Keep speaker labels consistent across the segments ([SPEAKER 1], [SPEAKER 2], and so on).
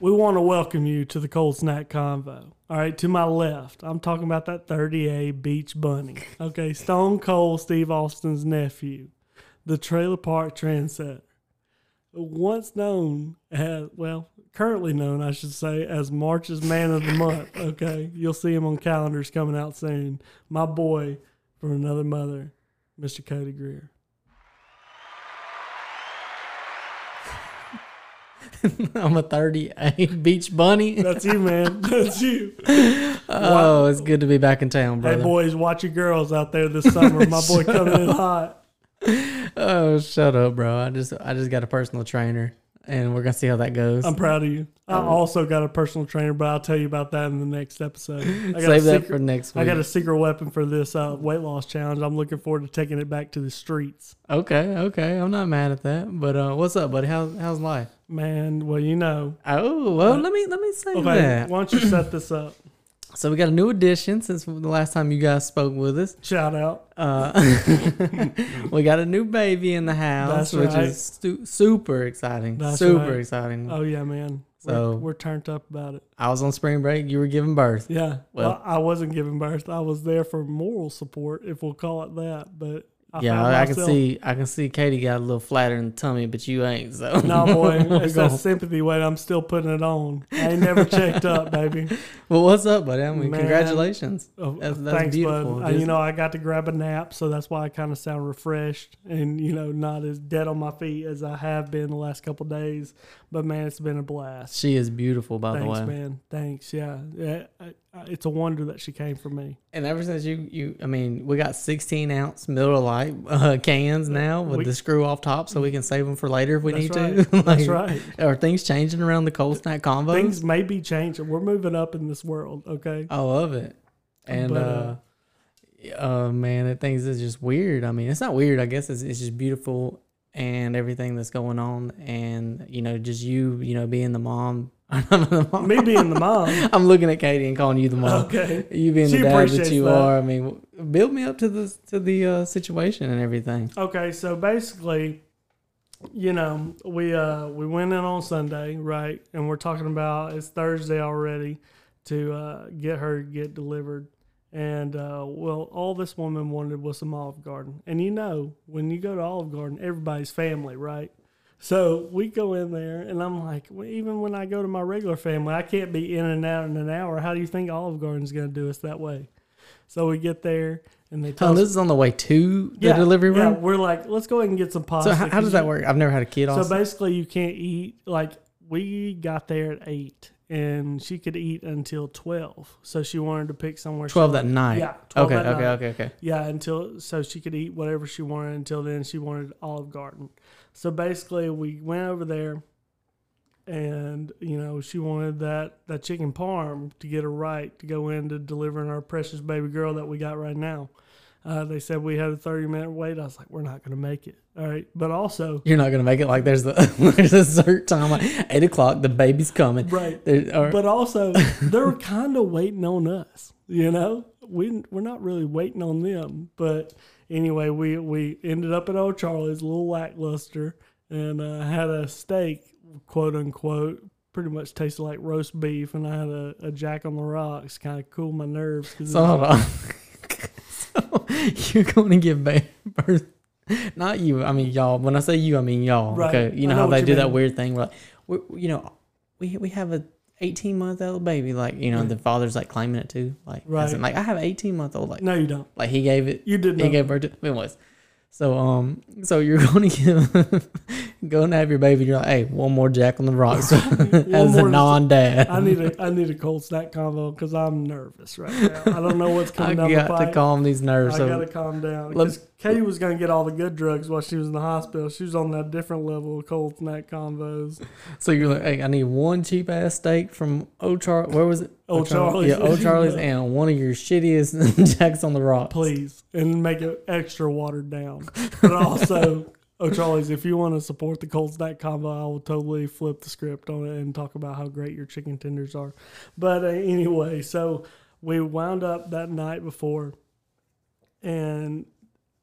[SPEAKER 1] We want to welcome you to the Cold Snack Convo. All right, to my left, I'm talking about that 30A Beach Bunny. Okay, Stone Cold Steve Austin's nephew, the trailer park trendsetter. Once known as, well, currently known, I should say, as March's Man of the Month. Okay, you'll see him on calendars coming out soon. My boy from another mother, Mr. Cody Greer.
[SPEAKER 2] I'm a 38 beach bunny.
[SPEAKER 1] That's you, man. That's you.
[SPEAKER 2] Oh, it's good to be back in town,
[SPEAKER 1] Hey,
[SPEAKER 2] brother.
[SPEAKER 1] boys, watch your girls out there this summer. My boy coming in hot.
[SPEAKER 2] Oh, shut up, bro. I just I just got a personal trainer, and we're gonna see how that goes.
[SPEAKER 1] I'm proud of you. I also got a personal trainer, but I'll tell you about that in the next episode. I got a
[SPEAKER 2] Save that
[SPEAKER 1] secret,
[SPEAKER 2] for next
[SPEAKER 1] I
[SPEAKER 2] week.
[SPEAKER 1] got a secret weapon for this uh, weight loss challenge. I'm looking forward to taking it back to the streets,
[SPEAKER 2] okay, okay. I'm not mad at that. But uh, what's up, buddy? How's how's life?
[SPEAKER 1] man. Well, you know.
[SPEAKER 2] Oh, well, let me let me say
[SPEAKER 1] Okay,
[SPEAKER 2] that.
[SPEAKER 1] why don't you set this up?
[SPEAKER 2] So we got a new addition since the last time you guys spoke with us.
[SPEAKER 1] Shout out.
[SPEAKER 2] Uh, we got a new baby in the house,
[SPEAKER 1] That's
[SPEAKER 2] which
[SPEAKER 1] right.
[SPEAKER 2] is stu- super exciting.
[SPEAKER 1] That's
[SPEAKER 2] super
[SPEAKER 1] right.
[SPEAKER 2] exciting.
[SPEAKER 1] Oh yeah, man.
[SPEAKER 2] Mm. So-
[SPEAKER 1] we're, we're turned up about it.
[SPEAKER 2] I was on spring break. You were giving birth.
[SPEAKER 1] Yeah.
[SPEAKER 2] Well-
[SPEAKER 1] Well, I wasn't giving birth. I was there for moral support, if we'll call it that. But I
[SPEAKER 2] yeah,
[SPEAKER 1] found
[SPEAKER 2] I, I can
[SPEAKER 1] myself-
[SPEAKER 2] see. I can see Katie got a little flatter in the tummy, but you ain't. So
[SPEAKER 1] No, boy, it's that
[SPEAKER 2] Well,
[SPEAKER 1] sympathy weight. I'm still putting it on. I ain't never checked up, baby.
[SPEAKER 2] what's up, buddy? I mean,
[SPEAKER 1] Man.
[SPEAKER 2] congratulations.
[SPEAKER 1] Oh,
[SPEAKER 2] That's- that's
[SPEAKER 1] thanks,
[SPEAKER 2] beautiful,
[SPEAKER 1] bud. Uh, you
[SPEAKER 2] just-
[SPEAKER 1] know, I got to grab a nap, so that's why I kind of sound refreshed and you know not as dead on my feet as I have been the last couple of days. But man, it's been a blast.
[SPEAKER 2] She is beautiful, by
[SPEAKER 1] Thanks,
[SPEAKER 2] the way.
[SPEAKER 1] man. Thanks. Yeah, yeah. I, I, it's a wonder that she came for me.
[SPEAKER 2] And ever since you, you, I mean, we got 16 ounce Miller Lite uh, cans now with
[SPEAKER 1] We-
[SPEAKER 2] the screw off top, so we can save them for later if we
[SPEAKER 1] That's
[SPEAKER 2] need
[SPEAKER 1] right.
[SPEAKER 2] to.
[SPEAKER 1] That's right.
[SPEAKER 2] Are things changing around the cold snack combos?
[SPEAKER 1] Things may be changing. We're moving up in this world. Okay.
[SPEAKER 2] I love it. And
[SPEAKER 1] But,
[SPEAKER 2] uh, uh, man, that things is just weird. I mean, it's not weird. I guess it's, it's just beautiful and everything that's going on, and you know, just you, you know, being the mom. I'm the mom.
[SPEAKER 1] me being the mom.
[SPEAKER 2] I'm looking at Katie and calling you the mom.
[SPEAKER 1] Okay.
[SPEAKER 2] You being
[SPEAKER 1] She
[SPEAKER 2] the dad that
[SPEAKER 1] appreciates
[SPEAKER 2] you
[SPEAKER 1] that.
[SPEAKER 2] are. I mean, build me up to the to the uh, situation and everything.
[SPEAKER 1] Okay, so basically, you know, we uh we went in on Sunday, right? And we're talking about it's Thursday already to uh, get her to get delivered. And uh, well, all this woman wanted was some Olive Garden, and you know, when you go to Olive Garden, everybody's family, right? So we go in there, and I'm like, well, even when I go to my regular family, I can't be in and out in an hour. How do you think Olive Garden's going to do us that way? So we get there, and they tell
[SPEAKER 2] Oh,
[SPEAKER 1] us
[SPEAKER 2] this is on the way to the delivery
[SPEAKER 1] yeah,
[SPEAKER 2] room.
[SPEAKER 1] we're like, let's go ahead and get some pasta.
[SPEAKER 2] so how, how
[SPEAKER 1] 'cause
[SPEAKER 2] does that
[SPEAKER 1] you-
[SPEAKER 2] work? I've never had a kid.
[SPEAKER 1] So
[SPEAKER 2] Also.
[SPEAKER 1] basically, you can't eat. Like we got there at eight, and she could eat until twelve. So she wanted to pick somewhere. she
[SPEAKER 2] Twelve that
[SPEAKER 1] wanted-
[SPEAKER 2] night.
[SPEAKER 1] Yeah. 12
[SPEAKER 2] Okay.
[SPEAKER 1] that
[SPEAKER 2] Okay.
[SPEAKER 1] night.
[SPEAKER 2] Okay. Okay.
[SPEAKER 1] Yeah, until so she could eat whatever she wanted. Until then, she wanted Olive Garden. So basically, we went over there, and you know she wanted that that chicken parm to get her right to go into delivering our precious baby girl that we got right now. Uh, they said we had a thirty minute wait. I was like, we're not going to make it. All right, but also
[SPEAKER 2] You're not gonna make it like there's the there's a certain time like eight o'clock the baby's coming
[SPEAKER 1] right,
[SPEAKER 2] There- or-
[SPEAKER 1] but also they're kind of waiting on us. You know, we we're not really waiting on them. But anyway, we we ended up at Old Charlie's, a little lackluster, and uh, had a steak, quote unquote. Pretty much tasted like roast beef, and I had a, a Jack on the Rocks, kind of cooled my nerves. 'cause it
[SPEAKER 2] so
[SPEAKER 1] was-
[SPEAKER 2] hold on. so you're going to give ba- birth, not you. I mean y'all. When I say you, I mean y'all.
[SPEAKER 1] Right.
[SPEAKER 2] Okay. You
[SPEAKER 1] I
[SPEAKER 2] know,
[SPEAKER 1] know
[SPEAKER 2] how
[SPEAKER 1] what
[SPEAKER 2] they
[SPEAKER 1] you
[SPEAKER 2] do that
[SPEAKER 1] mean.
[SPEAKER 2] weird thing. Like, we, we- you know, we we have a 18 month old baby. Like you know,
[SPEAKER 1] Right.
[SPEAKER 2] the father's like claiming it too. Like
[SPEAKER 1] Right.
[SPEAKER 2] right. like I have 18 month old. Like
[SPEAKER 1] no, you don't.
[SPEAKER 2] like he gave it.
[SPEAKER 1] You did
[SPEAKER 2] He
[SPEAKER 1] not.
[SPEAKER 2] gave birth to anyways. So um, so you're going to give, going to have your baby. You're like, hey, one more Jack on the Rocks as a
[SPEAKER 1] more-
[SPEAKER 2] non-dad.
[SPEAKER 1] I need a I need a cold snack combo because I'm nervous right now. I don't know what's
[SPEAKER 2] I
[SPEAKER 1] coming down the
[SPEAKER 2] got to
[SPEAKER 1] pipe.
[SPEAKER 2] calm these nerves.
[SPEAKER 1] I
[SPEAKER 2] So
[SPEAKER 1] gotta calm down.
[SPEAKER 2] Let-
[SPEAKER 1] 'Cause Katie was gonna get all the good drugs while she was in the hospital. She was on that different level of cold snack convos.
[SPEAKER 2] So you're like, hey, I need one cheap ass steak from Old Charlie. Where was it?
[SPEAKER 1] Old
[SPEAKER 2] Charlie- Yeah,
[SPEAKER 1] Charlie's.
[SPEAKER 2] Old Charlie's and one of your shittiest Jacks on the Rock.
[SPEAKER 1] Please, and make it extra watered down. But also, oh Charlie's, if you want to support the cold snack combo, I will totally flip the script on it and talk about how great your chicken tenders are. But uh, anyway, so we wound up that night before, and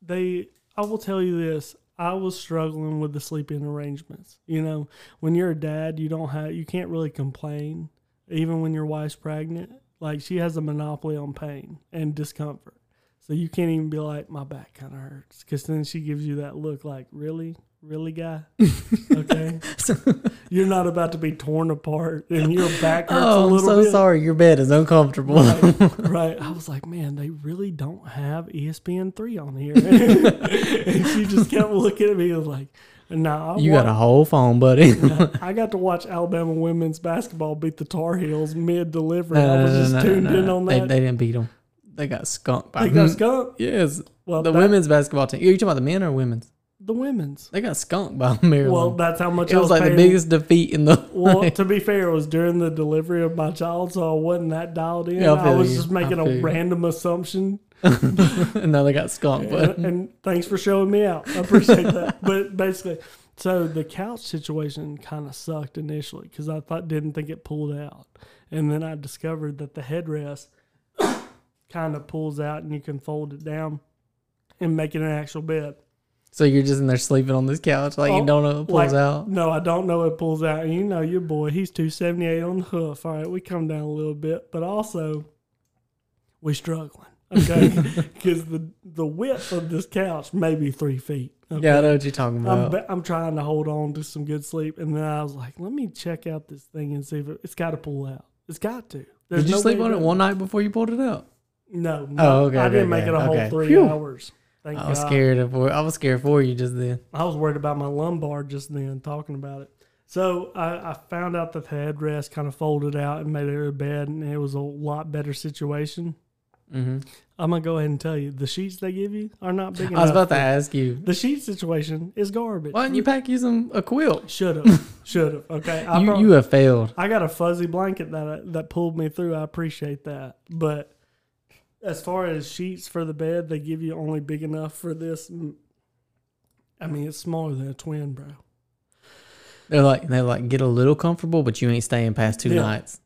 [SPEAKER 1] they. I will tell you this: I was struggling with the sleeping arrangements. You know, when you're a dad, you don't have you can't really complain even when your wife's pregnant. Like she has a monopoly on pain and discomfort. So you can't even be like my back kind of hurts cuz then she gives you that look like, "Really? Really, guy? Okay. you're not about to be torn apart and your back hurts
[SPEAKER 2] oh,
[SPEAKER 1] a
[SPEAKER 2] I'm
[SPEAKER 1] little
[SPEAKER 2] so
[SPEAKER 1] bit."
[SPEAKER 2] sorry. Your bed is uncomfortable.
[SPEAKER 1] right, right. I was like, man, they really don't have E ESPN three on here. and she just kept looking at me and was like, nah, I,
[SPEAKER 2] you
[SPEAKER 1] wa-
[SPEAKER 2] got a whole phone, buddy.
[SPEAKER 1] I got to watch Alabama women's basketball beat the Tar Heels mid delivery. I was just tuned in on
[SPEAKER 2] They,
[SPEAKER 1] that.
[SPEAKER 2] they didn't beat them. They got skunked by
[SPEAKER 1] They got skunked.
[SPEAKER 2] Yes.
[SPEAKER 1] Well,
[SPEAKER 2] the
[SPEAKER 1] that-
[SPEAKER 2] women's basketball team. Are you talking about the men or women's?
[SPEAKER 1] the women's.
[SPEAKER 2] They got skunked by Maryland.
[SPEAKER 1] Well, that's how much
[SPEAKER 2] it
[SPEAKER 1] I
[SPEAKER 2] was like the
[SPEAKER 1] paying-
[SPEAKER 2] biggest defeat in the.
[SPEAKER 1] Well, to be fair, it was during the delivery of my child, so I wasn't that dialed in.
[SPEAKER 2] Yeah, I
[SPEAKER 1] I,
[SPEAKER 2] feel
[SPEAKER 1] was
[SPEAKER 2] you.
[SPEAKER 1] just
[SPEAKER 2] I
[SPEAKER 1] making
[SPEAKER 2] feel
[SPEAKER 1] a
[SPEAKER 2] you.
[SPEAKER 1] random assumption
[SPEAKER 2] and now they got skunked. But
[SPEAKER 1] and, and thanks for showing me out. I appreciate that. But basically, so the couch situation kind of sucked initially because I thought didn't think it pulled out, and then I discovered that the headrest kind of pulls out and you can fold it down and make it an actual bed.
[SPEAKER 2] so you're just in there sleeping on this couch, like
[SPEAKER 1] Oh,
[SPEAKER 2] you don't know what
[SPEAKER 1] like,
[SPEAKER 2] pulls out.
[SPEAKER 1] No, I don't know it pulls out. And you know your boy, he's two seventy eight on the hoof. All right, we come down a little bit, but also we struggling. Okay, because the the width of this couch may be three feet. Okay? Um,
[SPEAKER 2] Yeah, I know what you're talking
[SPEAKER 1] I'm,
[SPEAKER 2] about.
[SPEAKER 1] ba- I'm trying to hold on to some good sleep, and then I was like, let me check out this thing and see if it, it's got to pull out. It's got to. There's
[SPEAKER 2] Did you
[SPEAKER 1] no
[SPEAKER 2] sleep
[SPEAKER 1] way
[SPEAKER 2] on it
[SPEAKER 1] that-
[SPEAKER 2] one night before you pulled it out?
[SPEAKER 1] No.
[SPEAKER 2] Oh, okay,
[SPEAKER 1] I
[SPEAKER 2] okay,
[SPEAKER 1] didn't make
[SPEAKER 2] okay,
[SPEAKER 1] it a whole
[SPEAKER 2] okay.
[SPEAKER 1] three
[SPEAKER 2] Phew.
[SPEAKER 1] hours. Thank
[SPEAKER 2] I was
[SPEAKER 1] God.
[SPEAKER 2] scared of. I was scared for you just then.
[SPEAKER 1] I was worried about my lumbar just then talking about it. So I, I found out that the headrest kind of folded out and made it a bed, and it was a lot better situation.
[SPEAKER 2] hmm
[SPEAKER 1] I'm gonna go ahead and tell you the sheets they give you are not big
[SPEAKER 2] I
[SPEAKER 1] enough.
[SPEAKER 2] was about to ask you.
[SPEAKER 1] The sheet situation is garbage.
[SPEAKER 2] Why didn't you pack you some a quilt?
[SPEAKER 1] Should have. Should have. Okay. I
[SPEAKER 2] You
[SPEAKER 1] prob-
[SPEAKER 2] you have failed.
[SPEAKER 1] I got a fuzzy blanket that uh, that pulled me through. I appreciate that, but as far as sheets for the bed, they give you only big enough for this. Mm. I mean, it's smaller than a twin, bro.
[SPEAKER 2] They're like they're like get a little comfortable, but you ain't staying past two
[SPEAKER 1] Yeah.
[SPEAKER 2] nights.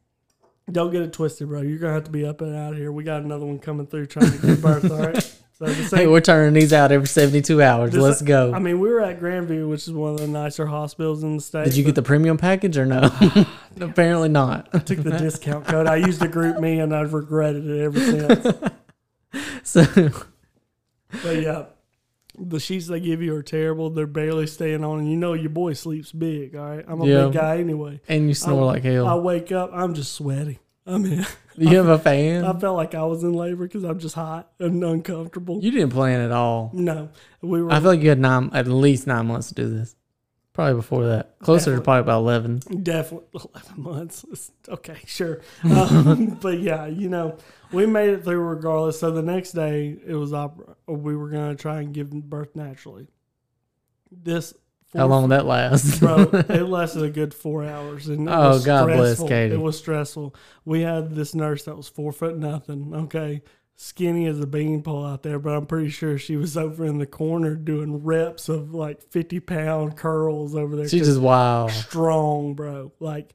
[SPEAKER 1] Don't get it twisted, bro. You're gonna have to be up and out of here. We got another one coming through trying to give birth. all right. So the
[SPEAKER 2] Hey,
[SPEAKER 1] same.
[SPEAKER 2] we're turning these out every seventy two hours.
[SPEAKER 1] This-
[SPEAKER 2] Let's go.
[SPEAKER 1] I mean, we were at Grandview, which is one of the nicer hospitals in the state.
[SPEAKER 2] Did you get the premium package or no? Apparently not.
[SPEAKER 1] I took the discount code. I used the group me, and I've regretted it ever since.
[SPEAKER 2] So
[SPEAKER 1] But yeah, the sheets they give you are terrible. They're barely staying on, and you know your boy sleeps big. All right, I'm a
[SPEAKER 2] Yeah.
[SPEAKER 1] big guy anyway.
[SPEAKER 2] and you snore
[SPEAKER 1] I-
[SPEAKER 2] like
[SPEAKER 1] Um, I
[SPEAKER 2] hell.
[SPEAKER 1] wake up, I'm just sweaty. I mean,
[SPEAKER 2] you have a
[SPEAKER 1] I
[SPEAKER 2] fan.
[SPEAKER 1] felt like I was in labor because I'm just hot and uncomfortable.
[SPEAKER 2] You didn't plan at all.
[SPEAKER 1] no, we were
[SPEAKER 2] I feel like you had nine, at least nine months to do this. Probably before that. Closer to
[SPEAKER 1] Definitely.
[SPEAKER 2] probably about eleven.
[SPEAKER 1] definitely 11 months. It's- okay, sure. Um, but yeah, you know, we made it through regardless. So the next day, it was opera. We were going to try and give birth naturally. This
[SPEAKER 2] How
[SPEAKER 1] fourth-
[SPEAKER 2] long that lasts?
[SPEAKER 1] bro. It lasted a good four hours, and it
[SPEAKER 2] Oh,
[SPEAKER 1] was
[SPEAKER 2] God bless
[SPEAKER 1] stressful.
[SPEAKER 2] Katie.
[SPEAKER 1] It was stressful. We had this nurse that was four foot nothing, okay, skinny as a beanpole out there, but I'm pretty sure she was over in the corner doing reps of like fifty pound curls over there.
[SPEAKER 2] She's just wow.
[SPEAKER 1] strong, bro, like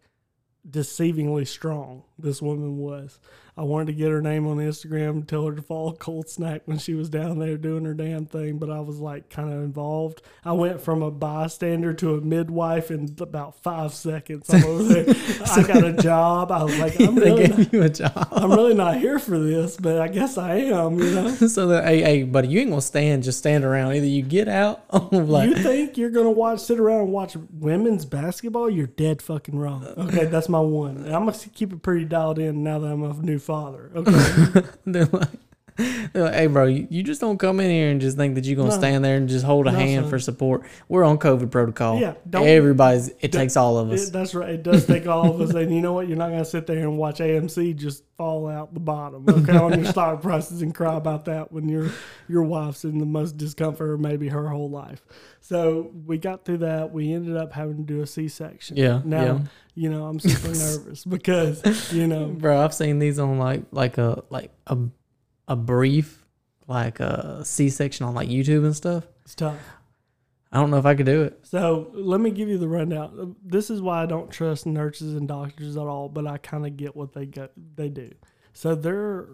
[SPEAKER 1] deceivingly strong. This woman was. I wanted to get her name on Instagram, tell her to follow Cold Snack when she was down there doing her damn thing, but I was like kind of involved. I went from a bystander to a midwife in about five seconds. I'm over there. I got a job. I was like, I'm
[SPEAKER 2] they
[SPEAKER 1] really, not,
[SPEAKER 2] gave you a job.
[SPEAKER 1] I'm really not here for this, but I guess I am, you know?
[SPEAKER 2] so that hey, hey, buddy, you ain't gonna stand. Just stand around. Either you get out, or like
[SPEAKER 1] you think you're gonna watch sit around and watch women's basketball? You're dead fucking wrong. Okay, that's my one. And I'm gonna keep it pretty dialed in now that I'm a new father. Okay,
[SPEAKER 2] they're like, they're like, hey, bro, you, you just don't come in here and just think that you're gonna
[SPEAKER 1] No.
[SPEAKER 2] stand there and just hold a
[SPEAKER 1] No,
[SPEAKER 2] hand
[SPEAKER 1] son.
[SPEAKER 2] for support. We're on COVID protocol.
[SPEAKER 1] Yeah, don't-
[SPEAKER 2] everybody's. It takes all of us.
[SPEAKER 1] It- that's right. It does take all of us. And you know what? You're not gonna sit there and watch AMC just fall out the bottom. Okay, on your stock prices and cry about that when your your wife's in the most discomfort or maybe her whole life. So we got through that. We ended up having to do a C-section.
[SPEAKER 2] Yeah,
[SPEAKER 1] Now
[SPEAKER 2] yeah.
[SPEAKER 1] you know I'm super nervous because you know
[SPEAKER 2] bro, I've seen these on like like a like a a brief like a C section on like YouTube and stuff.
[SPEAKER 1] it's tough.
[SPEAKER 2] I don't know if I could do it.
[SPEAKER 1] So let me give you the rundown. This is why I don't trust nurses and doctors at all, but I kind of get what they go, they do. So they're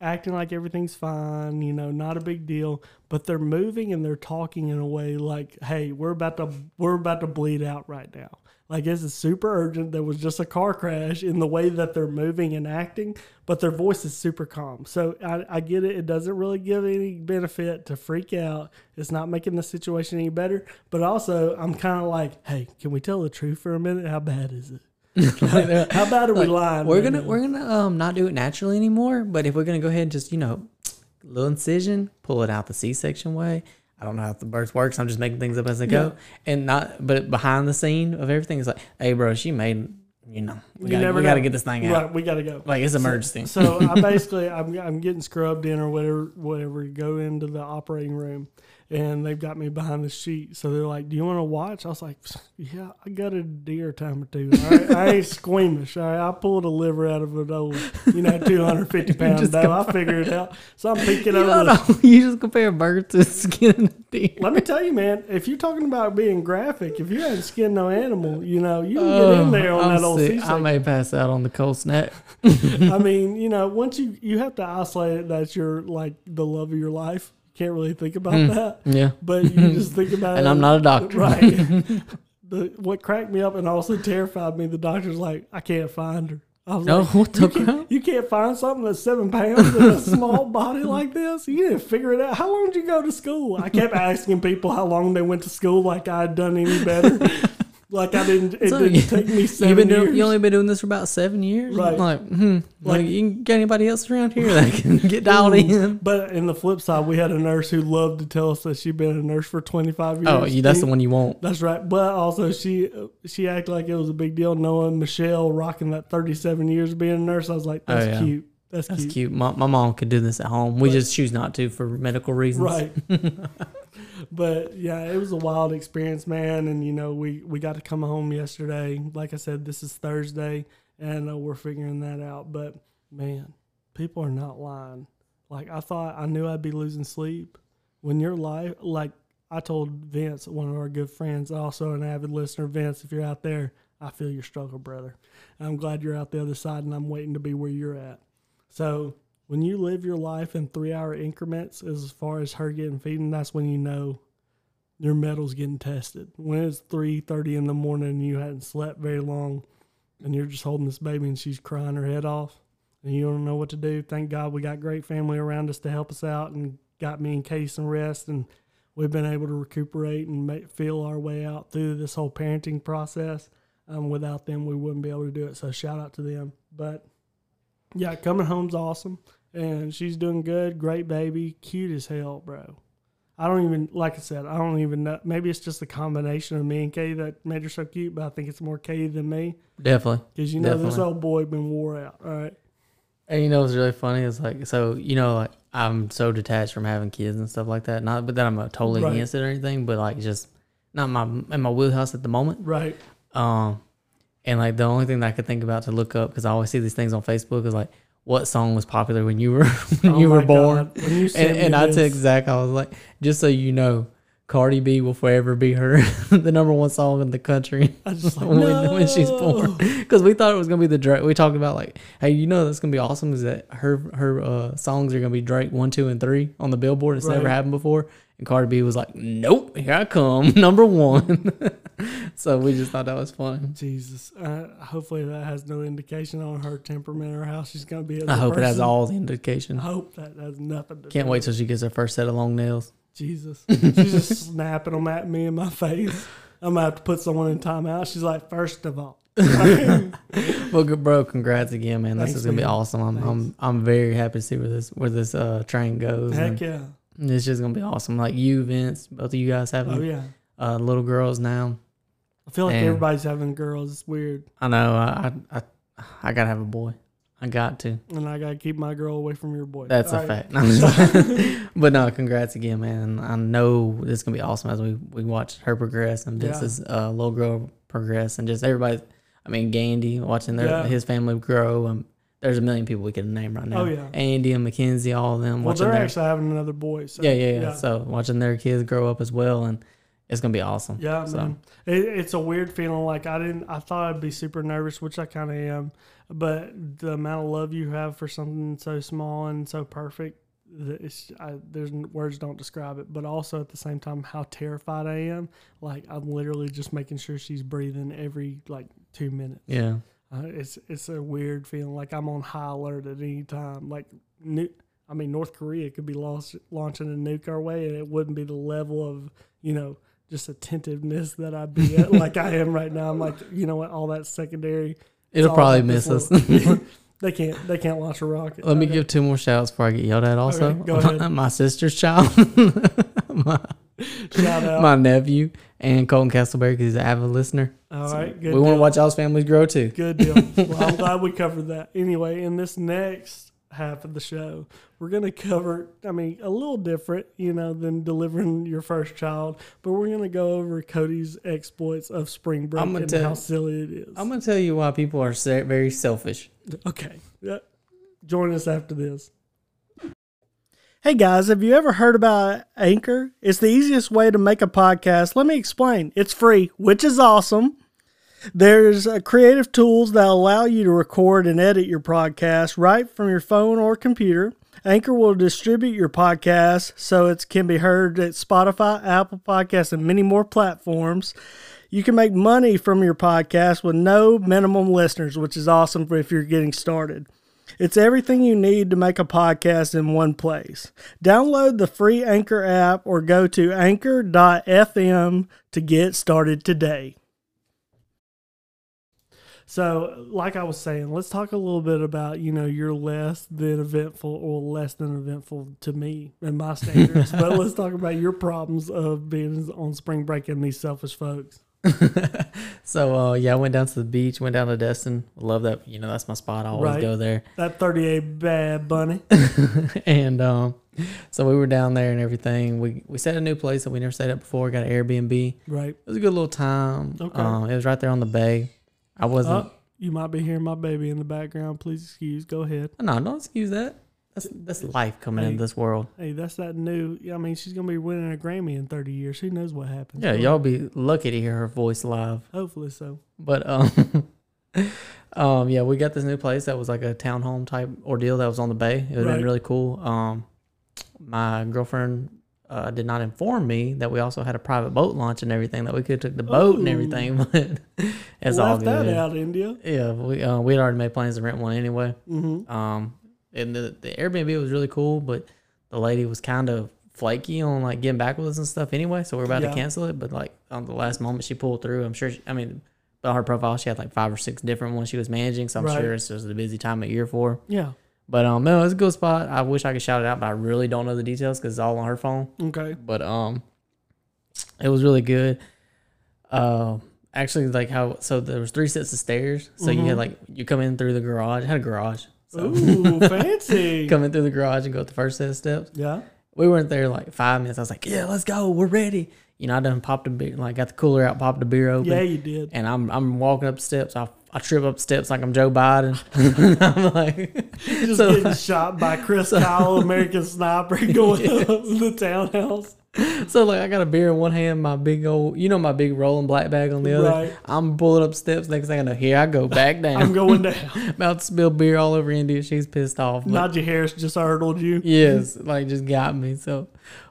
[SPEAKER 1] acting like everything's fine, you know, not a big deal, but they're moving and they're talking in a way like, "Hey, we're about to we're about to bleed out right now." Like this is super urgent. There was just a car crash in the way that they're moving and acting, but their voice is super calm. So I, I get it. It doesn't really give any benefit to freak out. It's not making the situation any better. But also, I'm kind of like, hey, can we tell the truth for a minute? How bad is it? like, how bad are we
[SPEAKER 2] Like,
[SPEAKER 1] lying?
[SPEAKER 2] We're
[SPEAKER 1] right
[SPEAKER 2] gonna
[SPEAKER 1] now?
[SPEAKER 2] we're gonna um not do it naturally anymore. But if we're gonna go ahead and just you know, little incision, pull it out the C-section way. I don't know how the birth works. I'm just making things up as I go, and not. But behind the scene of everything, it's like, hey, bro, she made. You know, we,
[SPEAKER 1] You
[SPEAKER 2] gotta,
[SPEAKER 1] never
[SPEAKER 2] we gotta
[SPEAKER 1] know.
[SPEAKER 2] get this thing out.
[SPEAKER 1] Right, we gotta go.
[SPEAKER 2] Like it's emergency.
[SPEAKER 1] So I basically, I'm, I'm getting scrubbed in or whatever, whatever. Go into the operating room, and they've got me behind the sheet. So they're like, "Do you want to watch?" I was like, "Yeah, I got a deer time or two. All right? I ain't squeamish. All right? I pulled a liver out of an old, you know, 250 pound
[SPEAKER 2] just
[SPEAKER 1] doe. I figured it out. So I'm peeking
[SPEAKER 2] you,
[SPEAKER 1] over.
[SPEAKER 2] don't
[SPEAKER 1] The,
[SPEAKER 2] know, you just compare birth to skin and a deer.
[SPEAKER 1] let me tell you, man. If you're talking about being graphic, if you haven't skinned no animal, you know, you can get in there on
[SPEAKER 2] Oh, I'm
[SPEAKER 1] that old
[SPEAKER 2] sick.
[SPEAKER 1] C-section.
[SPEAKER 2] I may pass out on the cold snack.
[SPEAKER 1] I mean, you know, once you you have to isolate it that you're like the love of your life. Can't really think about that,
[SPEAKER 2] Yeah.
[SPEAKER 1] but you just think about it.
[SPEAKER 2] Hmm. And I'm not a doctor.
[SPEAKER 1] right. the, what cracked me up and also terrified me. The doctor's like, I can't find her. I was
[SPEAKER 2] No,
[SPEAKER 1] like,
[SPEAKER 2] what
[SPEAKER 1] you
[SPEAKER 2] the crap?
[SPEAKER 1] can't, you can't find something that's seven pounds in a small body like this. You didn't figure it out. How long did you go to school? I kept asking people how long they went to school, like I had done any better. like I didn't. It
[SPEAKER 2] So
[SPEAKER 1] didn't
[SPEAKER 2] you-
[SPEAKER 1] take me
[SPEAKER 2] you
[SPEAKER 1] seven
[SPEAKER 2] You've been doing,
[SPEAKER 1] years.
[SPEAKER 2] you only been doing this for about seven years.
[SPEAKER 1] Right.
[SPEAKER 2] Like, hmm, like,
[SPEAKER 1] Like-
[SPEAKER 2] you can get anybody else around here that can get dialed in.
[SPEAKER 1] But in the flip side, we had a nurse who loved to tell us that she'd been a nurse for 25 years.
[SPEAKER 2] Oh, you, that's the one you want.
[SPEAKER 1] That's right. But also, she she acted like it was a big deal knowing Michelle rocking that 37 years of being a nurse. I was like,
[SPEAKER 2] Oh,
[SPEAKER 1] that's
[SPEAKER 2] yeah.
[SPEAKER 1] cute. That's,
[SPEAKER 2] That's
[SPEAKER 1] cute.
[SPEAKER 2] cute. My, my mom could do this at home. We just choose not to for medical reasons.
[SPEAKER 1] Right. but yeah, it was a wild experience, man. And you know, we we got to come home yesterday. Like I said, this is Thursday, and uh, we're figuring that out. But man, people are not lying. Like I thought, I knew I'd be losing sleep when your life. Like I told Vince, one of our good friends, also an avid listener, Vince, if you're out there, I feel your struggle, brother. I'm glad you're out the other side, and I'm waiting to be where you're at. So when you live your life in three hour increments, as far as her getting feeding, that's when you know your metal's getting tested. When it's three thirty in the morning and you hadn't slept very long, and you're just holding this baby and she's crying her head off, and you don't know what to do. Thank God we got great family around us to help us out and got me in case and rest, and we've been able to recuperate and make, feel our way out through this whole parenting process. Um, without them, we wouldn't be able to do it. So shout out to them. But yeah, coming home's awesome, and she's doing good. Great baby, cute as hell, bro. I don't even like I said. I don't even know. Maybe it's just a combination of me and Katie that made her so cute, but I think it's more Katie than me
[SPEAKER 2] Definitely.
[SPEAKER 1] because you know this
[SPEAKER 2] Definitely.
[SPEAKER 1] old boy been wore out. All right,
[SPEAKER 2] And you know what's really funny is like so you know like I'm so detached from having kids and stuff like that. Not but that I'm uh, totally
[SPEAKER 1] Right.
[SPEAKER 2] against it or anything, but like just not my in my wheelhouse at the moment.
[SPEAKER 1] right,
[SPEAKER 2] Um, and like the only thing that I could think about to look up because I always see these things on Facebook is like what song was popular when you were when
[SPEAKER 1] Oh
[SPEAKER 2] you were
[SPEAKER 1] my
[SPEAKER 2] born.
[SPEAKER 1] God, when you
[SPEAKER 2] And,
[SPEAKER 1] sent
[SPEAKER 2] and
[SPEAKER 1] me
[SPEAKER 2] I took
[SPEAKER 1] this-
[SPEAKER 2] Zach, I was like, just so you know, Cardi B will forever be her the number one song in the country.
[SPEAKER 1] I was just like,
[SPEAKER 2] when, when she's born
[SPEAKER 1] "No."
[SPEAKER 2] because we thought it was gonna be the Drake. We talked about like, hey, you know that's gonna be awesome is that her her uh, songs are gonna be Drake one, two, and three on the Billboard. It's never
[SPEAKER 1] Right.
[SPEAKER 2] happened before. And Cardi B was like, nope, here I come, number one. so we just thought that was fun.
[SPEAKER 1] Jesus. Uh, hopefully that has no indication on her temperament or how she's gonna be. As
[SPEAKER 2] I
[SPEAKER 1] a
[SPEAKER 2] hope it has
[SPEAKER 1] person.
[SPEAKER 2] all the
[SPEAKER 1] I
[SPEAKER 2] indication.
[SPEAKER 1] hope that has nothing. To
[SPEAKER 2] Can't
[SPEAKER 1] do
[SPEAKER 2] wait
[SPEAKER 1] with
[SPEAKER 2] till she gets her first set of long nails.
[SPEAKER 1] Jesus. She's just snapping them at me in my face. I'm gonna have to put someone in timeout. She's like, first of all,
[SPEAKER 2] Well, good bro, congrats again, man.
[SPEAKER 1] Thanks,
[SPEAKER 2] this is gonna be
[SPEAKER 1] man.
[SPEAKER 2] awesome. I'm, I'm
[SPEAKER 1] Thanks.
[SPEAKER 2] I'm very happy to see where this where this uh train goes.
[SPEAKER 1] heck
[SPEAKER 2] And
[SPEAKER 1] yeah,
[SPEAKER 2] it's just gonna be awesome. Like you, Vince, both of you guys having
[SPEAKER 1] oh yeah.
[SPEAKER 2] uh, little girls now.
[SPEAKER 1] I feel like
[SPEAKER 2] Man.
[SPEAKER 1] everybody's having girls. It's weird,
[SPEAKER 2] I know. I, I I I gotta have a boy. I got to.
[SPEAKER 1] and I gotta keep my girl away from your boy.
[SPEAKER 2] That's
[SPEAKER 1] All
[SPEAKER 2] a
[SPEAKER 1] right.
[SPEAKER 2] fact. No, I'm just- but no, congrats again, man. I know it's gonna be awesome as we we watch her progress and
[SPEAKER 1] Yeah.
[SPEAKER 2] Vince's uh, little girl progress and just everybody. I mean, Gandy watching their
[SPEAKER 1] Yeah.
[SPEAKER 2] his family grow. Um, there's a million people we could name right now.
[SPEAKER 1] Oh, yeah.
[SPEAKER 2] Andy and Mackenzie, all of them
[SPEAKER 1] Well,
[SPEAKER 2] watching
[SPEAKER 1] they're
[SPEAKER 2] their
[SPEAKER 1] actually having another boy. So
[SPEAKER 2] yeah, yeah, yeah. So watching their kids grow up as well, and it's gonna be awesome.
[SPEAKER 1] Yeah, so. man. It, it's a weird feeling. Like I didn't, I thought I'd be super nervous, which I kind of am. But the amount of love you have for something so small and so perfect, it's I, there's words don't describe it. But also at the same time, how terrified I am. Like I'm literally just making sure she's breathing every like two minutes.
[SPEAKER 2] Yeah,
[SPEAKER 1] uh, it's it's a weird feeling. Like I'm on high alert at any time. Like new. I mean, North Korea could be lost, launching a nuke our way, and it wouldn't be the level of you know just attentiveness that I be at, like I am right now. I'm like, you know what? All that secondary.
[SPEAKER 2] It'll probably miss us.
[SPEAKER 1] they can't. They can't launch a rocket.
[SPEAKER 2] Let okay. me give two more shouts before I get yelled at. Also,
[SPEAKER 1] okay, go ahead.
[SPEAKER 2] My, my sister's child, my,
[SPEAKER 1] Shout out.
[SPEAKER 2] my nephew, and Colton Castleberry because he's an avid listener.
[SPEAKER 1] All right, good.
[SPEAKER 2] we want to watch y'all's families grow too.
[SPEAKER 1] Good deal. Well, I'm glad we covered that. Anyway, in this next half of the show. We're going to cover, I mean, a little different, you know, than delivering your first child, but we're going to go over Cody's exploits of spring break and tell, how silly it is.
[SPEAKER 2] I'm going to tell you why people are very selfish.
[SPEAKER 1] Okay. Yeah. Join us after this. Hey guys, have you ever heard about Anchor? It's the easiest way to make a podcast. Let me explain. It's free, which is awesome. There's uh, creative tools that allow you to record and edit your podcast right from your phone or computer. Anchor will distribute your podcast so it can be heard at Spotify, Apple Podcasts, and many more platforms. You can make money from your podcast with no minimum listeners, which is awesome if you're getting started. It's everything you need to make a podcast in one place. Download the free Anchor app or go to anchor.fm to get started today. So, like I was saying, let's talk a little bit about you know you're less than eventful or less than eventful to me and my standards. but let's talk about your problems of being on spring break and these selfish folks.
[SPEAKER 2] so uh, yeah, I went down to the beach, went down to Destin. Love that, you know, that's my spot. I always
[SPEAKER 1] Right.
[SPEAKER 2] go there.
[SPEAKER 1] That 38 bad bunny.
[SPEAKER 2] and um, so we were down there and everything. We we stayed at a new place that we never stayed at before. Got an Airbnb.
[SPEAKER 1] right.
[SPEAKER 2] It was a good little time.
[SPEAKER 1] Okay.
[SPEAKER 2] Um, it was right there on the bay. I wasn't.
[SPEAKER 1] Oh, you might be hearing my baby in the background. Please excuse. Go ahead.
[SPEAKER 2] No, don't excuse that. That's that's life coming into this world.
[SPEAKER 1] Hey, that's that new. I mean, she's gonna be winning a Grammy in 30 years. Who knows what happens?
[SPEAKER 2] Yeah, y'all be lucky to hear her voice live.
[SPEAKER 1] Hopefully so.
[SPEAKER 2] But um, um, yeah, we got this new place that was like a townhome type ordeal that was on the bay. It was
[SPEAKER 1] Right.
[SPEAKER 2] really cool. Um, my girlfriend uh, did not inform me that we also had a private boat launch and everything that we could took the boat and
[SPEAKER 1] Ooh.
[SPEAKER 2] everything. But it's all
[SPEAKER 1] Left
[SPEAKER 2] good.
[SPEAKER 1] that out, India.
[SPEAKER 2] Yeah, we uh, we had already made plans to rent one anyway.
[SPEAKER 1] Mm-hmm.
[SPEAKER 2] Um, and the, the Airbnb was really cool, but the lady was kind of flaky on like getting back with us and stuff anyway. So we are about
[SPEAKER 1] Yeah.
[SPEAKER 2] to cancel it, but like on the last moment she pulled through. I'm sure. She, I mean, but on her profile she had like five or six different ones she was managing. So I'm
[SPEAKER 1] Right.
[SPEAKER 2] sure it's just a busy time of year for. her.
[SPEAKER 1] Yeah.
[SPEAKER 2] But um, no, it's a good spot. I wish I could shout it out, but I really don't know the details because it's all on her phone.
[SPEAKER 1] Okay.
[SPEAKER 2] But um, it was really good. Uh, actually, like how so there was three sets of stairs. So you
[SPEAKER 1] Mm-hmm.
[SPEAKER 2] had like you come in through the garage. It had a garage. So
[SPEAKER 1] Ooh, fancy.
[SPEAKER 2] coming through the garage and go up the first set of steps.
[SPEAKER 1] Yeah.
[SPEAKER 2] We weren't there like five minutes. I was like, yeah, let's go. We're ready. You know, I done popped a beer, like got the cooler out, popped a beer open.
[SPEAKER 1] Yeah, you did.
[SPEAKER 2] And I'm I'm walking up steps. I, I trip up steps like I'm Joe Biden. I'm like,
[SPEAKER 1] Just
[SPEAKER 2] so,
[SPEAKER 1] getting shot by Chris Kyle, American Sniper, going up to the townhouse.
[SPEAKER 2] so like I got a beer in one hand, my big old, you know, my big rolling black bag on the other.
[SPEAKER 1] Right.
[SPEAKER 2] I'm pulling up steps. Next thing I know, here I go back
[SPEAKER 1] I'm
[SPEAKER 2] down.
[SPEAKER 1] going down.
[SPEAKER 2] About to spill beer all over India. She's pissed off. but-
[SPEAKER 1] Najee Harris just hurdled you.
[SPEAKER 2] yes, like just got me. So,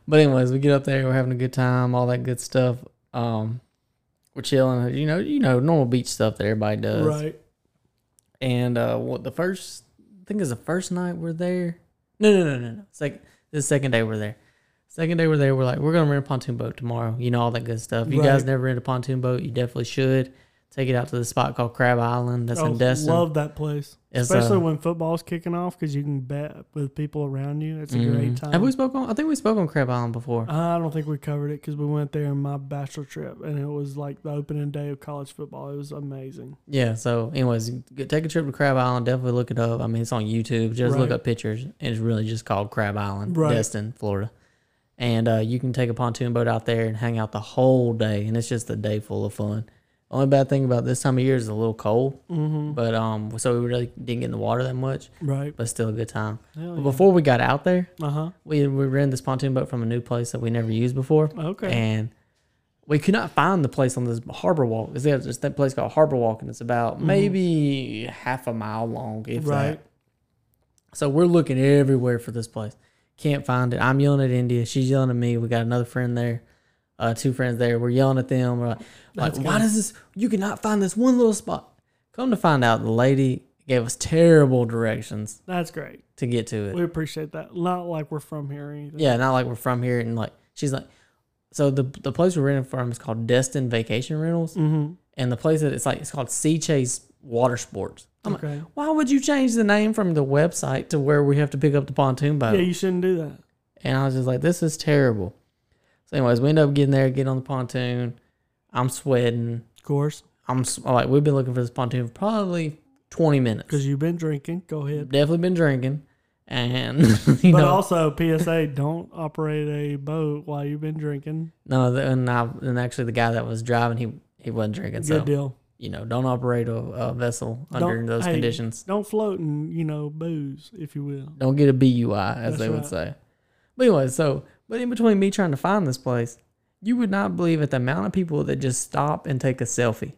[SPEAKER 2] but anyways, we get up there, we're having a good time, all that good stuff. Um, we're chilling, you know, you know, normal beach stuff that everybody does.
[SPEAKER 1] Right.
[SPEAKER 2] And uh, what the first, I think it's the first night we're there. No, no, no, no, no. It's like the second day we're there. Second day we're there, we're like, we're gonna rent a pontoon boat tomorrow. You know all that good stuff. You guys
[SPEAKER 1] Right.
[SPEAKER 2] never rent a pontoon boat, you definitely should. Take it out to the spot called Crab Island. That's
[SPEAKER 1] Oh,
[SPEAKER 2] in Destin.
[SPEAKER 1] love that place.
[SPEAKER 2] It's,
[SPEAKER 1] Especially
[SPEAKER 2] uh,
[SPEAKER 1] when football's kicking off because you can bet with people around you. It's a great time.
[SPEAKER 2] Mm-hmm. Have we spoke on? I think we spoke on Crab Island before.
[SPEAKER 1] I don't think we covered it because we went there in my bachelor trip and it was like the opening day of college football. It was amazing.
[SPEAKER 2] Yeah. So, anyways, g- take a trip to Crab Island. Definitely look it up. I mean, it's on YouTube. Just look
[SPEAKER 1] Right.
[SPEAKER 2] up pictures. And it's really just called Crab Island,
[SPEAKER 1] Right.
[SPEAKER 2] Destin, Florida. And uh, you can take a pontoon boat out there and hang out the whole day. And it's just a day full of fun. Only bad thing about this time of year is a little cold. Mm-hmm. But um, so we really didn't get in the water that much,
[SPEAKER 1] Right.
[SPEAKER 2] but still a good time.
[SPEAKER 1] Hell
[SPEAKER 2] But before we got out there,
[SPEAKER 1] Uh huh.
[SPEAKER 2] we we rented this pontoon boat from a new place that we never used before.
[SPEAKER 1] Okay.
[SPEAKER 2] And we could not find the place on this harbor walk. Is there just that place called Harbor Walk, and it's about maybe half a mile long, if
[SPEAKER 1] Right.
[SPEAKER 2] that. So we're looking everywhere for this place. Can't find it. I'm yelling at India. She's yelling at me. We got another friend there, uh, two friends there. We're yelling at them. We're like, like
[SPEAKER 1] That's
[SPEAKER 2] why
[SPEAKER 1] good.
[SPEAKER 2] does this? You cannot find this one little spot. Come to find out, the lady gave us terrible directions
[SPEAKER 1] That's great.
[SPEAKER 2] to get to it.
[SPEAKER 1] We appreciate that. Not like we're from here or anything.
[SPEAKER 2] Yeah, not like we're from here. And like, she's like, so the the place we're renting from is called Destin Vacation Rentals,
[SPEAKER 1] Mm-hmm.
[SPEAKER 2] and the place that it's like it's called Sea Chase Water Sports. I'm like,
[SPEAKER 1] Okay.
[SPEAKER 2] why would you change the name from the website to where we have to pick up the pontoon boat?
[SPEAKER 1] Yeah, you shouldn't do that.
[SPEAKER 2] And I was just like, this is terrible. So, anyways, we end up getting there, getting on the pontoon. I'm sweating.
[SPEAKER 1] Of course,
[SPEAKER 2] I'm s- like, we've been looking for this pontoon for probably 20 minutes.
[SPEAKER 1] because you've been drinking. Go ahead.
[SPEAKER 2] Definitely been drinking, and you
[SPEAKER 1] but
[SPEAKER 2] know,
[SPEAKER 1] also, PSA: don't operate a boat while you've been drinking.
[SPEAKER 2] no, th- and I, and actually, the guy that was driving, he he wasn't drinking,
[SPEAKER 1] Good
[SPEAKER 2] so
[SPEAKER 1] deal.
[SPEAKER 2] you know, don't operate a, a vessel under
[SPEAKER 1] Don't-
[SPEAKER 2] those
[SPEAKER 1] hey.
[SPEAKER 2] conditions.
[SPEAKER 1] Don't float and you know booze, if you will.
[SPEAKER 2] Don't get a BUI, as
[SPEAKER 1] That's
[SPEAKER 2] they would
[SPEAKER 1] right.
[SPEAKER 2] say. But anyway, so but in between me trying to find this place, you would not believe at the amount of people that just stop and take a selfie.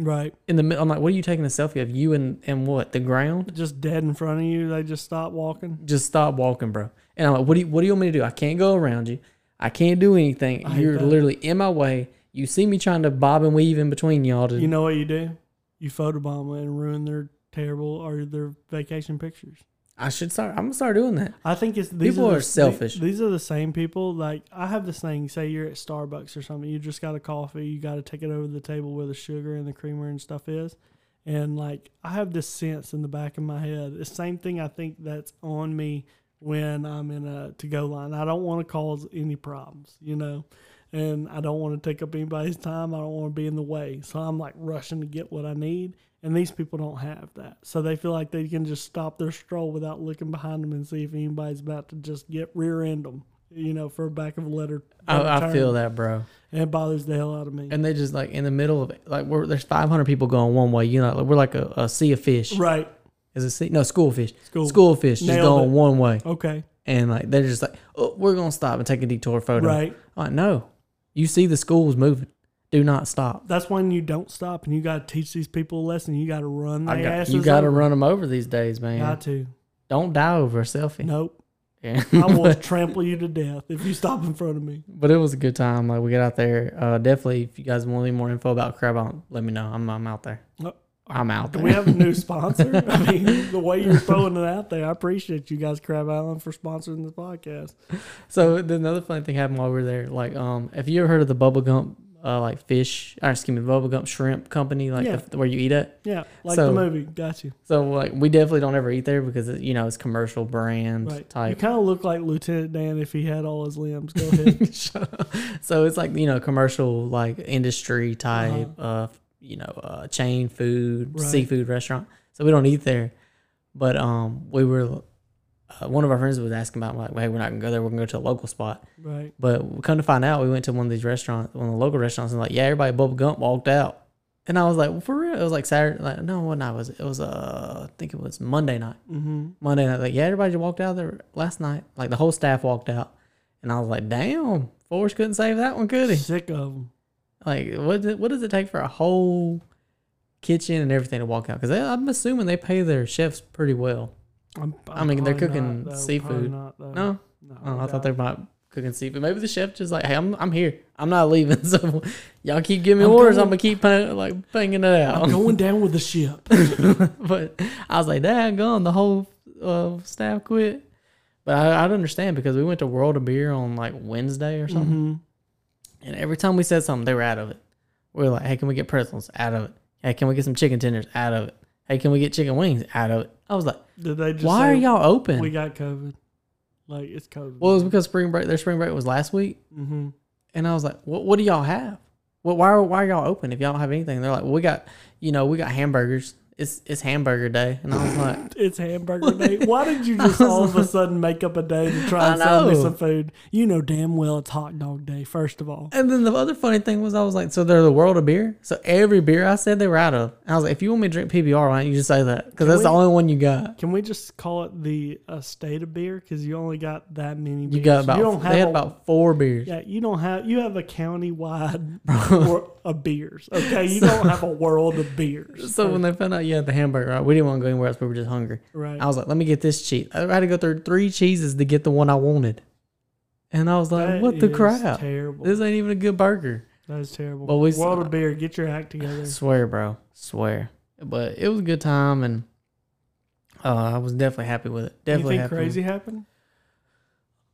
[SPEAKER 1] Right.
[SPEAKER 2] In the middle, I'm like, what are you taking a selfie of? You and and what the ground?
[SPEAKER 1] Just dead in front of you. They just stop walking.
[SPEAKER 2] Just stop walking, bro. And I'm like, what do you what do you want me to do? I can't go around you. I can't do anything.
[SPEAKER 1] I hate
[SPEAKER 2] You're
[SPEAKER 1] that.
[SPEAKER 2] literally in my way. You see me trying to bob and weave in between y'all to
[SPEAKER 1] You know what you do? You photobomb it and ruin their terrible or their vacation pictures.
[SPEAKER 2] I should start. I'm gonna start doing that.
[SPEAKER 1] I think it's these
[SPEAKER 2] People
[SPEAKER 1] the-
[SPEAKER 2] are selfish.
[SPEAKER 1] the- These are the same people. Like I have this thing. Say you're at Starbucks or something. You just got a coffee. You got to take it over to the table where the sugar and the creamer and stuff is. And like I have this sense in the back of my head. It's the same thing I think that's on me when I'm in a to go line. I don't want to cause any problems, you know. And I don't want to take up anybody's time. I don't want to be in the way. So I'm like rushing to get what I need. And these people don't have that. So they feel like they can just stop their stroll without looking behind them and see if anybody's about to just get rear end them, you know, for a back of a letter.
[SPEAKER 2] I, I
[SPEAKER 1] turn.
[SPEAKER 2] feel that, bro.
[SPEAKER 1] And it bothers the hell out of me.
[SPEAKER 2] and they just like in the middle of it, like we're, there's 500 people going one way. You know, like, we're like a, a sea of fish.
[SPEAKER 1] right.
[SPEAKER 2] Is it sea? No, school fish.
[SPEAKER 1] School.
[SPEAKER 2] School of fish just
[SPEAKER 1] Nailed
[SPEAKER 2] going
[SPEAKER 1] it.
[SPEAKER 2] one way,
[SPEAKER 1] Okay.
[SPEAKER 2] and like they're just like, oh, we're gonna stop and take a detour photo.
[SPEAKER 1] Right.
[SPEAKER 2] I'm like, no, you see the schools moving. Do not stop.
[SPEAKER 1] That's when you don't stop and you got to teach these people a lesson. You got to run
[SPEAKER 2] I
[SPEAKER 1] their
[SPEAKER 2] got-
[SPEAKER 1] asses.
[SPEAKER 2] you got to
[SPEAKER 1] over.
[SPEAKER 2] run them over these days, man.
[SPEAKER 1] Got to.
[SPEAKER 2] Don't die over a selfie.
[SPEAKER 1] Nope.
[SPEAKER 2] Yeah.
[SPEAKER 1] I will
[SPEAKER 2] but,
[SPEAKER 1] trample you to death if you stop in front of me.
[SPEAKER 2] but it was a good time. Like we got out there. Uh, definitely, if you guys want any more info about crab, Out, let me know. I'm I'm out there.
[SPEAKER 1] Oh,
[SPEAKER 2] I'm out
[SPEAKER 1] Do
[SPEAKER 2] there.
[SPEAKER 1] we have a new sponsor? I mean, the way you're throwing it out there, I appreciate you guys, Crab Island, for sponsoring this podcast.
[SPEAKER 2] So then another funny thing happened while we were there. Like, um, have you ever heard of the bubble gum, uh, like fish? Or excuse me, bubble gum shrimp company, like
[SPEAKER 1] Yeah.
[SPEAKER 2] the, where you eat it.
[SPEAKER 1] Yeah, like
[SPEAKER 2] So-
[SPEAKER 1] the movie. Got you.
[SPEAKER 2] So like, we definitely don't ever eat there because it, you know it's commercial brand
[SPEAKER 1] Right. You
[SPEAKER 2] type.
[SPEAKER 1] kind of look like Lieutenant Dan if he had all his limbs. Go ahead.
[SPEAKER 2] so it's like you know commercial like industry type of you know uh, chain food
[SPEAKER 1] Uh-huh. Right.
[SPEAKER 2] seafood restaurant. So we don't eat there, but um, we were. Uh, one of our friends was asking about like, hey, we're not gonna go there. We're gonna go to a local spot.
[SPEAKER 1] right.
[SPEAKER 2] But come to find out, we went to one of these restaurants, one of the local restaurants, and like, yeah, everybody bubble gump walked out. And I was like, well, for real? It was like Saturday, like no, what night was it? It was uh, I think it was Monday night.
[SPEAKER 1] Mm-hmm.
[SPEAKER 2] Monday night, like yeah, everybody just walked out there last night. Like the whole staff walked out, and I was like, damn, Forrest couldn't save that one, could he?
[SPEAKER 1] Sick of him.
[SPEAKER 2] Like, what does- what does it take for a whole kitchen and everything to walk out? Because I'm assuming they pay their chefs pretty well.
[SPEAKER 1] I'm,
[SPEAKER 2] I mean, they're
[SPEAKER 1] probably
[SPEAKER 2] cooking
[SPEAKER 1] though.
[SPEAKER 2] seafood.
[SPEAKER 1] Probably Not, though.
[SPEAKER 2] No,
[SPEAKER 1] No,
[SPEAKER 2] oh, I
[SPEAKER 1] doubt
[SPEAKER 2] thought they might cooking seafood. Maybe the chef just like, hey, I'm I'm here. I'm not leaving. So y'all keep giving me
[SPEAKER 1] I'm
[SPEAKER 2] orders.
[SPEAKER 1] going-
[SPEAKER 2] I'm gonna keep pang- like banging it
[SPEAKER 1] I'm
[SPEAKER 2] out.
[SPEAKER 1] going down with the ship.
[SPEAKER 2] but I was like, dang, gone. The whole uh, staff quit. But I, I'd understand because we went to World of Beer on like Wednesday or something,
[SPEAKER 1] Mhm.
[SPEAKER 2] and every time we said something, they were out of it. We were like, hey, can we get pretzels out of it? Hey, can we get some chicken tenders out of it? Hey, can we get chicken wings out of it? I was like,
[SPEAKER 1] Did they just
[SPEAKER 2] why are
[SPEAKER 1] say,
[SPEAKER 2] y'all open?
[SPEAKER 1] We got COVID. Like it's COVID.
[SPEAKER 2] well, it was because spring break. Their spring break was last week.
[SPEAKER 1] mm-hmm.
[SPEAKER 2] And I was like, "What? What do y'all have? What? Why are why are y'all open if y'all don't have anything?" They're like, well, "We got, you know, we got hamburgers it's it's hamburger day, and I was like,
[SPEAKER 1] It's hamburger day. Why did you just all of a sudden make up a day to try and sell me
[SPEAKER 2] know.
[SPEAKER 1] some food? You know damn well it's hot dog day, first of all.
[SPEAKER 2] and then the other funny thing was I was like, so they're the world of beer, so every beer I said they were out of, and I was like, if you want me to drink PBR, why don't you just say that? Because that's the
[SPEAKER 1] we-
[SPEAKER 2] only one you got.
[SPEAKER 1] Can we just call it the estate of beer? Because you only got that many beers.
[SPEAKER 2] You got about
[SPEAKER 1] you don't have
[SPEAKER 2] they had
[SPEAKER 1] a-
[SPEAKER 2] about four beers.
[SPEAKER 1] Yeah, you don't have you have a county wide wor- of beers. Okay, you don't have a world of beers.
[SPEAKER 2] So when they found out you had the hamburger, right, we didn't want to go anywhere else. We were just hungry.
[SPEAKER 1] right.
[SPEAKER 2] I was like, let me get this cheese. I had to go through three cheeses to get the one I wanted, and I was like,
[SPEAKER 1] That
[SPEAKER 2] what the
[SPEAKER 1] is
[SPEAKER 2] crap?
[SPEAKER 1] Terrible.
[SPEAKER 2] This ain't even a good burger.
[SPEAKER 1] that is terrible.
[SPEAKER 2] Well, we-
[SPEAKER 1] world of beer. Get your act together.
[SPEAKER 2] Swear, bro. Swear. But it was a good time, and uh, I was definitely happy with it. Definitely
[SPEAKER 1] Anything
[SPEAKER 2] happy with
[SPEAKER 1] crazy happened?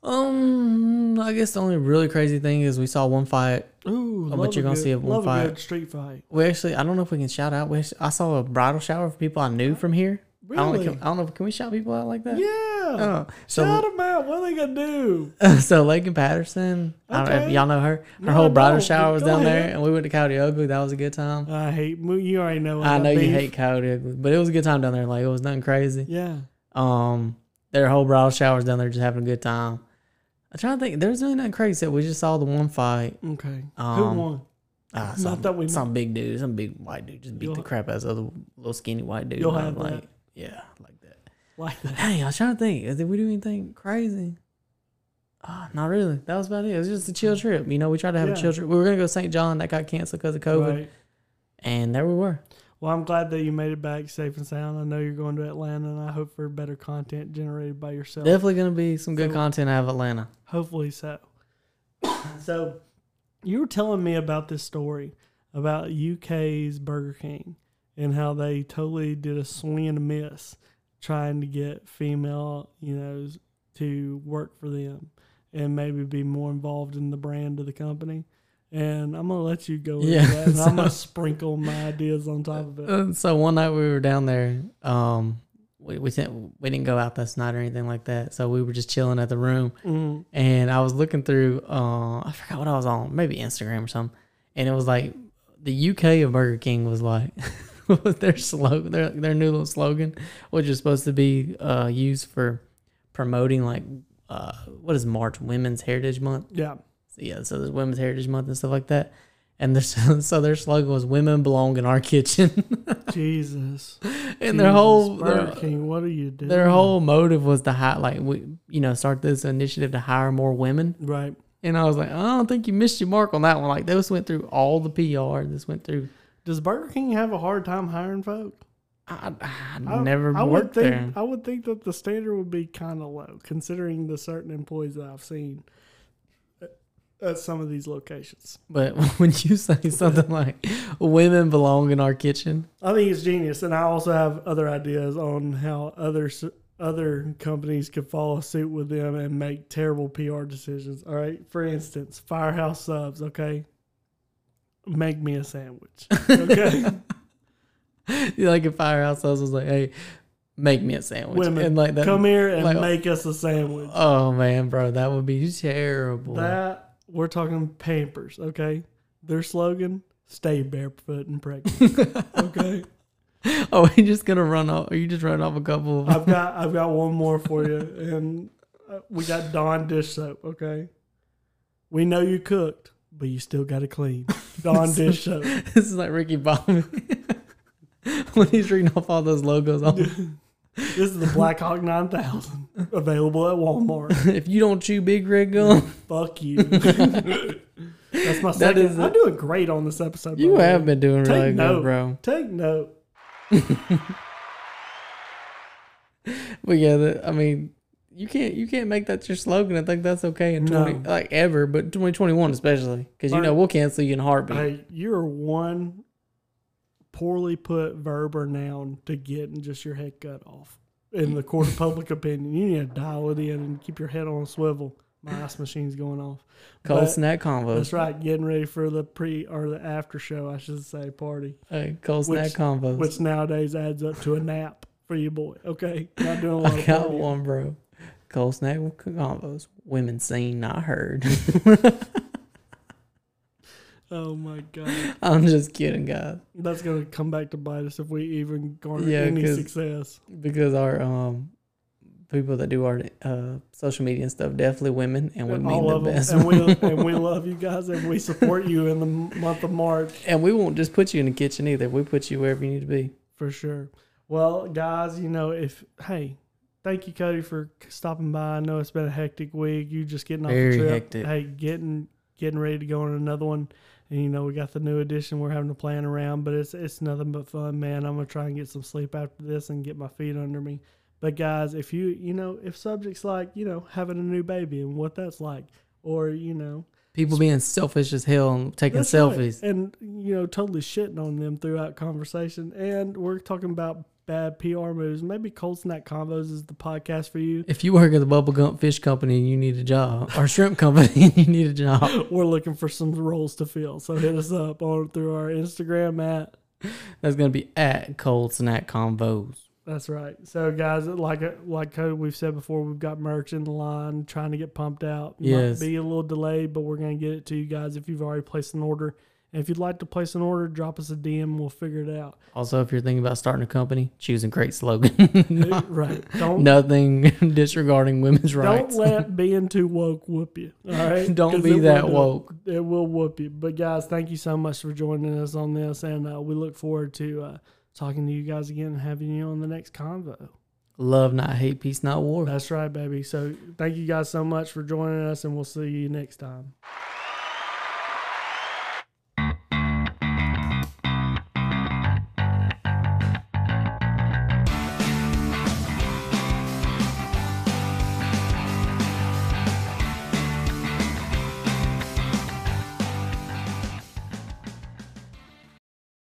[SPEAKER 2] it. Um, I guess the only really crazy thing is we saw one fight.
[SPEAKER 1] Ooh,
[SPEAKER 2] but
[SPEAKER 1] love
[SPEAKER 2] you're gonna
[SPEAKER 1] good,
[SPEAKER 2] see it one
[SPEAKER 1] love
[SPEAKER 2] fight.
[SPEAKER 1] a good street fight.
[SPEAKER 2] We actually, I don't know if we can shout out. We actually, I saw a bridal shower for people I knew from here. I don't,
[SPEAKER 1] Really?
[SPEAKER 2] can, I don't know. Can we shout people out like that?
[SPEAKER 1] Yeah.
[SPEAKER 2] Oh,
[SPEAKER 1] Shout
[SPEAKER 2] so,
[SPEAKER 1] them out. What are they gonna do?
[SPEAKER 2] so Lakin Patterson, I don't know if
[SPEAKER 1] Okay.
[SPEAKER 2] y'all know her. Her
[SPEAKER 1] No, I
[SPEAKER 2] whole bridal
[SPEAKER 1] don't,
[SPEAKER 2] shower
[SPEAKER 1] but
[SPEAKER 2] was
[SPEAKER 1] go
[SPEAKER 2] down there,
[SPEAKER 1] ahead.
[SPEAKER 2] and we went to Coyote Ugly. That was a good time.
[SPEAKER 1] I hate mo- you. Already know.
[SPEAKER 2] I
[SPEAKER 1] my
[SPEAKER 2] know you
[SPEAKER 1] Oh, beef.
[SPEAKER 2] hate Coyote Ugly, but it was a good time down there. Like it was nothing crazy.
[SPEAKER 1] Yeah.
[SPEAKER 2] Um, their whole bridal showers down there just having a good time. I'm trying to think. There's really nothing crazy. Except we just saw the one fight.
[SPEAKER 1] Okay.
[SPEAKER 2] Um,
[SPEAKER 1] Who won?
[SPEAKER 2] Ah, some,
[SPEAKER 1] that we know.
[SPEAKER 2] some big dude, some big white dude, just beat
[SPEAKER 1] You'll-
[SPEAKER 2] the crap out of this other little skinny white dude.
[SPEAKER 1] You'll
[SPEAKER 2] And I
[SPEAKER 1] have
[SPEAKER 2] was
[SPEAKER 1] that.
[SPEAKER 2] like, yeah, like that.
[SPEAKER 1] Like that.
[SPEAKER 2] Dang, I was trying to think. Did we do anything crazy? Ah, not really. That was about it. It was just a chill trip. You know, we tried to have a
[SPEAKER 1] Yeah.
[SPEAKER 2] chill trip. We were gonna go to St. John. That got canceled because of COVID,
[SPEAKER 1] Right.
[SPEAKER 2] and there we were.
[SPEAKER 1] Well, I'm glad that you made it back safe and sound. I know you're going to Atlanta, and I hope for better content generated by yourself.
[SPEAKER 2] Definitely gonna be some good
[SPEAKER 1] So-
[SPEAKER 2] content out of Atlanta.
[SPEAKER 1] Hopefully so. so, you were telling me about this story about UK's Burger King and how they totally did a swing and a miss trying to get female, you know, to work for them and maybe be more involved in the brand of the company. And I'm gonna let you go into
[SPEAKER 2] Yeah,
[SPEAKER 1] that, and I'm gonna
[SPEAKER 2] so-
[SPEAKER 1] sprinkle my ideas on top of it.
[SPEAKER 2] Uh, so one night we were down there. Um, we we didn't we didn't go out that night or anything like that. So we were just chilling at the room,
[SPEAKER 1] Mm,
[SPEAKER 2] and I was looking through. Uh, I forgot what I was on, maybe Instagram or something. And it was like the UK of Burger King was like was their slogan, their their new little slogan, which is supposed to be uh, used for promoting like uh, what is March Women's Heritage Month.
[SPEAKER 1] yeah,
[SPEAKER 2] Yeah, so there's Women's Heritage Month and stuff like that. And there's, so their slogan was "Women belong in our kitchen."
[SPEAKER 1] Jesus.
[SPEAKER 2] and their
[SPEAKER 1] Jesus,
[SPEAKER 2] whole
[SPEAKER 1] Burger
[SPEAKER 2] their,
[SPEAKER 1] King, what are you doing?
[SPEAKER 2] their whole motive was to hire like we you know start this initiative to hire more women
[SPEAKER 1] right.
[SPEAKER 2] and i was like i don't think you missed your mark on that one like this went through all the pr this went through
[SPEAKER 1] Does Burger King have a hard time hiring folk?
[SPEAKER 2] i, I
[SPEAKER 1] I-
[SPEAKER 2] never
[SPEAKER 1] I would
[SPEAKER 2] worked
[SPEAKER 1] think,
[SPEAKER 2] there
[SPEAKER 1] I would think that the standard would be kind of low, considering the certain employees that I've seen at- at some of these locations.
[SPEAKER 2] but when you say something like women belong in our kitchen
[SPEAKER 1] I think it's genius, and I also have other ideas on how other s- other companies could follow suit with them and make terrible PR decisions. All right, for instance, Firehouse Subs. Okay, make me a sandwich. Okay,
[SPEAKER 2] like if firehouse Subs was like hey make me a sandwich
[SPEAKER 1] women,
[SPEAKER 2] and like that
[SPEAKER 1] come here and
[SPEAKER 2] like-
[SPEAKER 1] make us a sandwich.
[SPEAKER 2] oh man bro that would be terrible
[SPEAKER 1] That we're talking Pampers, okay? Their slogan: "Stay barefoot and pregnant." okay,
[SPEAKER 2] oh you just gonna run off are you just running off a couple of
[SPEAKER 1] I've got I've got one more for you, and uh, we got Dawn dish soap. Okay, we know you cooked, but you still got to clean. Dawn dish soap.
[SPEAKER 2] This is like Ricky Bobby when he's reading off all those logos. On.
[SPEAKER 1] This is the Black Hawk Nine Thousand available at Walmart.
[SPEAKER 2] if you don't chew big red gum,
[SPEAKER 1] Fuck you. That's my second.
[SPEAKER 2] is
[SPEAKER 1] I'm
[SPEAKER 2] it.
[SPEAKER 1] doing great on this episode. by
[SPEAKER 2] you
[SPEAKER 1] the way.
[SPEAKER 2] have been doing
[SPEAKER 1] Take
[SPEAKER 2] really good,
[SPEAKER 1] note.
[SPEAKER 2] bro.
[SPEAKER 1] Take note.
[SPEAKER 2] But yeah, the, I mean, you can't you can't make that your slogan. I think that's okay in twenty
[SPEAKER 1] No.
[SPEAKER 2] like ever, but twenty twenty one especially because you
[SPEAKER 1] Right.
[SPEAKER 2] know we'll cancel you in a heartbeat.
[SPEAKER 1] Hey, you're one poorly put verb or noun to getting just your head cut off in the court of public opinion. You need to dial it in and keep your head on a swivel. My ice machine's going off.
[SPEAKER 2] Cold
[SPEAKER 1] But-
[SPEAKER 2] snack
[SPEAKER 1] That's
[SPEAKER 2] combos.
[SPEAKER 1] right. Getting ready for the pre or the after show, I should say, party,
[SPEAKER 2] Hey, cold snack
[SPEAKER 1] Which-
[SPEAKER 2] combos.
[SPEAKER 1] which nowadays adds up to a nap for your boy. Okay, not doing a lot
[SPEAKER 2] I
[SPEAKER 1] of
[SPEAKER 2] got
[SPEAKER 1] partying.
[SPEAKER 2] one, bro. Cold snack combos. Women seen, not heard.
[SPEAKER 1] Oh my god,
[SPEAKER 2] I'm just kidding, guys.
[SPEAKER 1] that's gonna come back to bite us if we even garner
[SPEAKER 2] Yeah,
[SPEAKER 1] any
[SPEAKER 2] 'cause-
[SPEAKER 1] success.
[SPEAKER 2] Because our um people that do our uh, social media and stuff definitely women, and we mean
[SPEAKER 1] All
[SPEAKER 2] the
[SPEAKER 1] of them,
[SPEAKER 2] best.
[SPEAKER 1] and we and we love you guys, and we support you in the m- month of March.
[SPEAKER 2] And we won't just put you in the kitchen either. We put you wherever you need to be.
[SPEAKER 1] For sure. Well, guys, you know, if hey, thank you, Cody, for c- stopping by. I know it's been a hectic week. You just getting off
[SPEAKER 2] Very
[SPEAKER 1] the trip.
[SPEAKER 2] hectic.
[SPEAKER 1] Hey, getting getting ready to go on another one. And you know, we got the new edition. We're having to plan around, but it's it's nothing but fun, man. I'm gonna try and get some sleep after this and get my feet under me. But guys, if you you know, if subjects like, you know, having a new baby and what that's like, or, you know,
[SPEAKER 2] People being selfish as hell and taking
[SPEAKER 1] that's right.
[SPEAKER 2] selfies.
[SPEAKER 1] And, you know, totally shitting on them throughout conversation. And we're talking about bad PR moves. Maybe Cold Snack Combos is the podcast for you.
[SPEAKER 2] If you work at the Bubblegum Fish Company and you need a job, or Shrimp Company and you need a job,
[SPEAKER 1] We're looking for some roles to fill. So hit us up on through our Instagram at.
[SPEAKER 2] that's going to be at Cold Snack Convos.
[SPEAKER 1] That's right. So guys, like like Cody, we've said before, we've got merch in the line, trying to get pumped out.
[SPEAKER 2] Yes.
[SPEAKER 1] Might be a little delayed, but we're gonna get it to you guys if you've already placed an order. And if you'd like to place an order, drop us a DM. We'll figure it out.
[SPEAKER 2] Also, if you're thinking about starting a company, choose a great slogan.
[SPEAKER 1] right. Don't
[SPEAKER 2] Nothing disregarding women's
[SPEAKER 1] Don't
[SPEAKER 2] rights.
[SPEAKER 1] let being too woke whoop you. All right.
[SPEAKER 2] Don't
[SPEAKER 1] 'Cause
[SPEAKER 2] be
[SPEAKER 1] it will
[SPEAKER 2] that
[SPEAKER 1] do-
[SPEAKER 2] woke.
[SPEAKER 1] It will whoop you. But guys, thank you so much for joining us on this, and uh, we look forward to uh, talking to you guys again and having you on the next convo.
[SPEAKER 2] Love, not hate, peace, not war.
[SPEAKER 1] That's right, baby. So thank you guys so much for joining us, and we'll see you next time.